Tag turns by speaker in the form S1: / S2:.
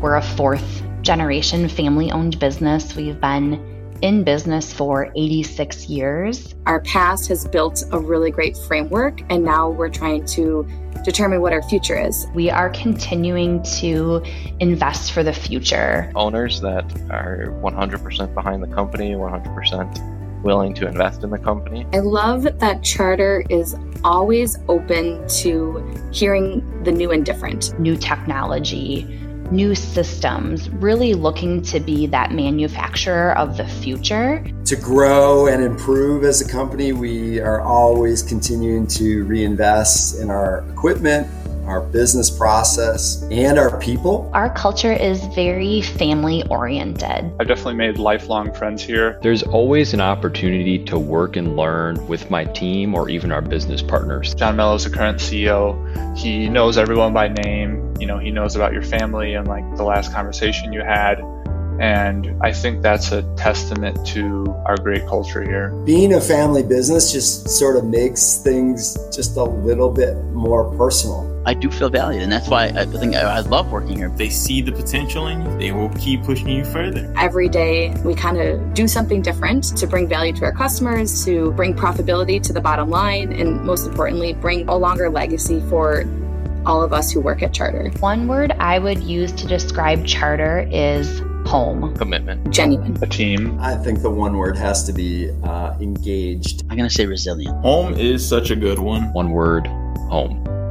S1: We're a fourth generation family owned business. We've been in business for 86 years.
S2: Our past has built a really great framework, and now we're trying to determine what our future is.
S1: We are continuing to invest for the future.
S3: Owners that are 100% behind the company, 100% willing to invest in the company.
S2: I love that Charter is always open to hearing the new and different.
S1: New technology, new systems, really looking to be that manufacturer of the future.
S4: To grow and improve as a company, we are always continuing to reinvest in our equipment. Our business process and our people.
S1: Our culture is very family oriented.
S5: I've definitely made lifelong friends here.
S6: There's always an opportunity to work and learn with my team or even our business partners.
S5: John Mello is the current CEO. He knows everyone by name you know he knows about your family and like the last conversation you had and i think that's a testament to our great culture here
S4: being a family business just sort of makes things just a little bit more personal
S7: I do feel valued, and that's why I think I love working here.
S8: They see the potential in you, they will keep pushing you further.
S2: Every day, we kind of do something different to bring value to our customers, to bring profitability to the bottom line, and most importantly, bring a longer legacy for all of us who work at Charter.
S1: One word I would use to describe Charter is home.
S3: Commitment.
S2: Genuine.
S5: A team.
S4: I think the one word has to be uh, engaged.
S7: I'm going to say resilient.
S8: Home is such a good one.
S6: One word home.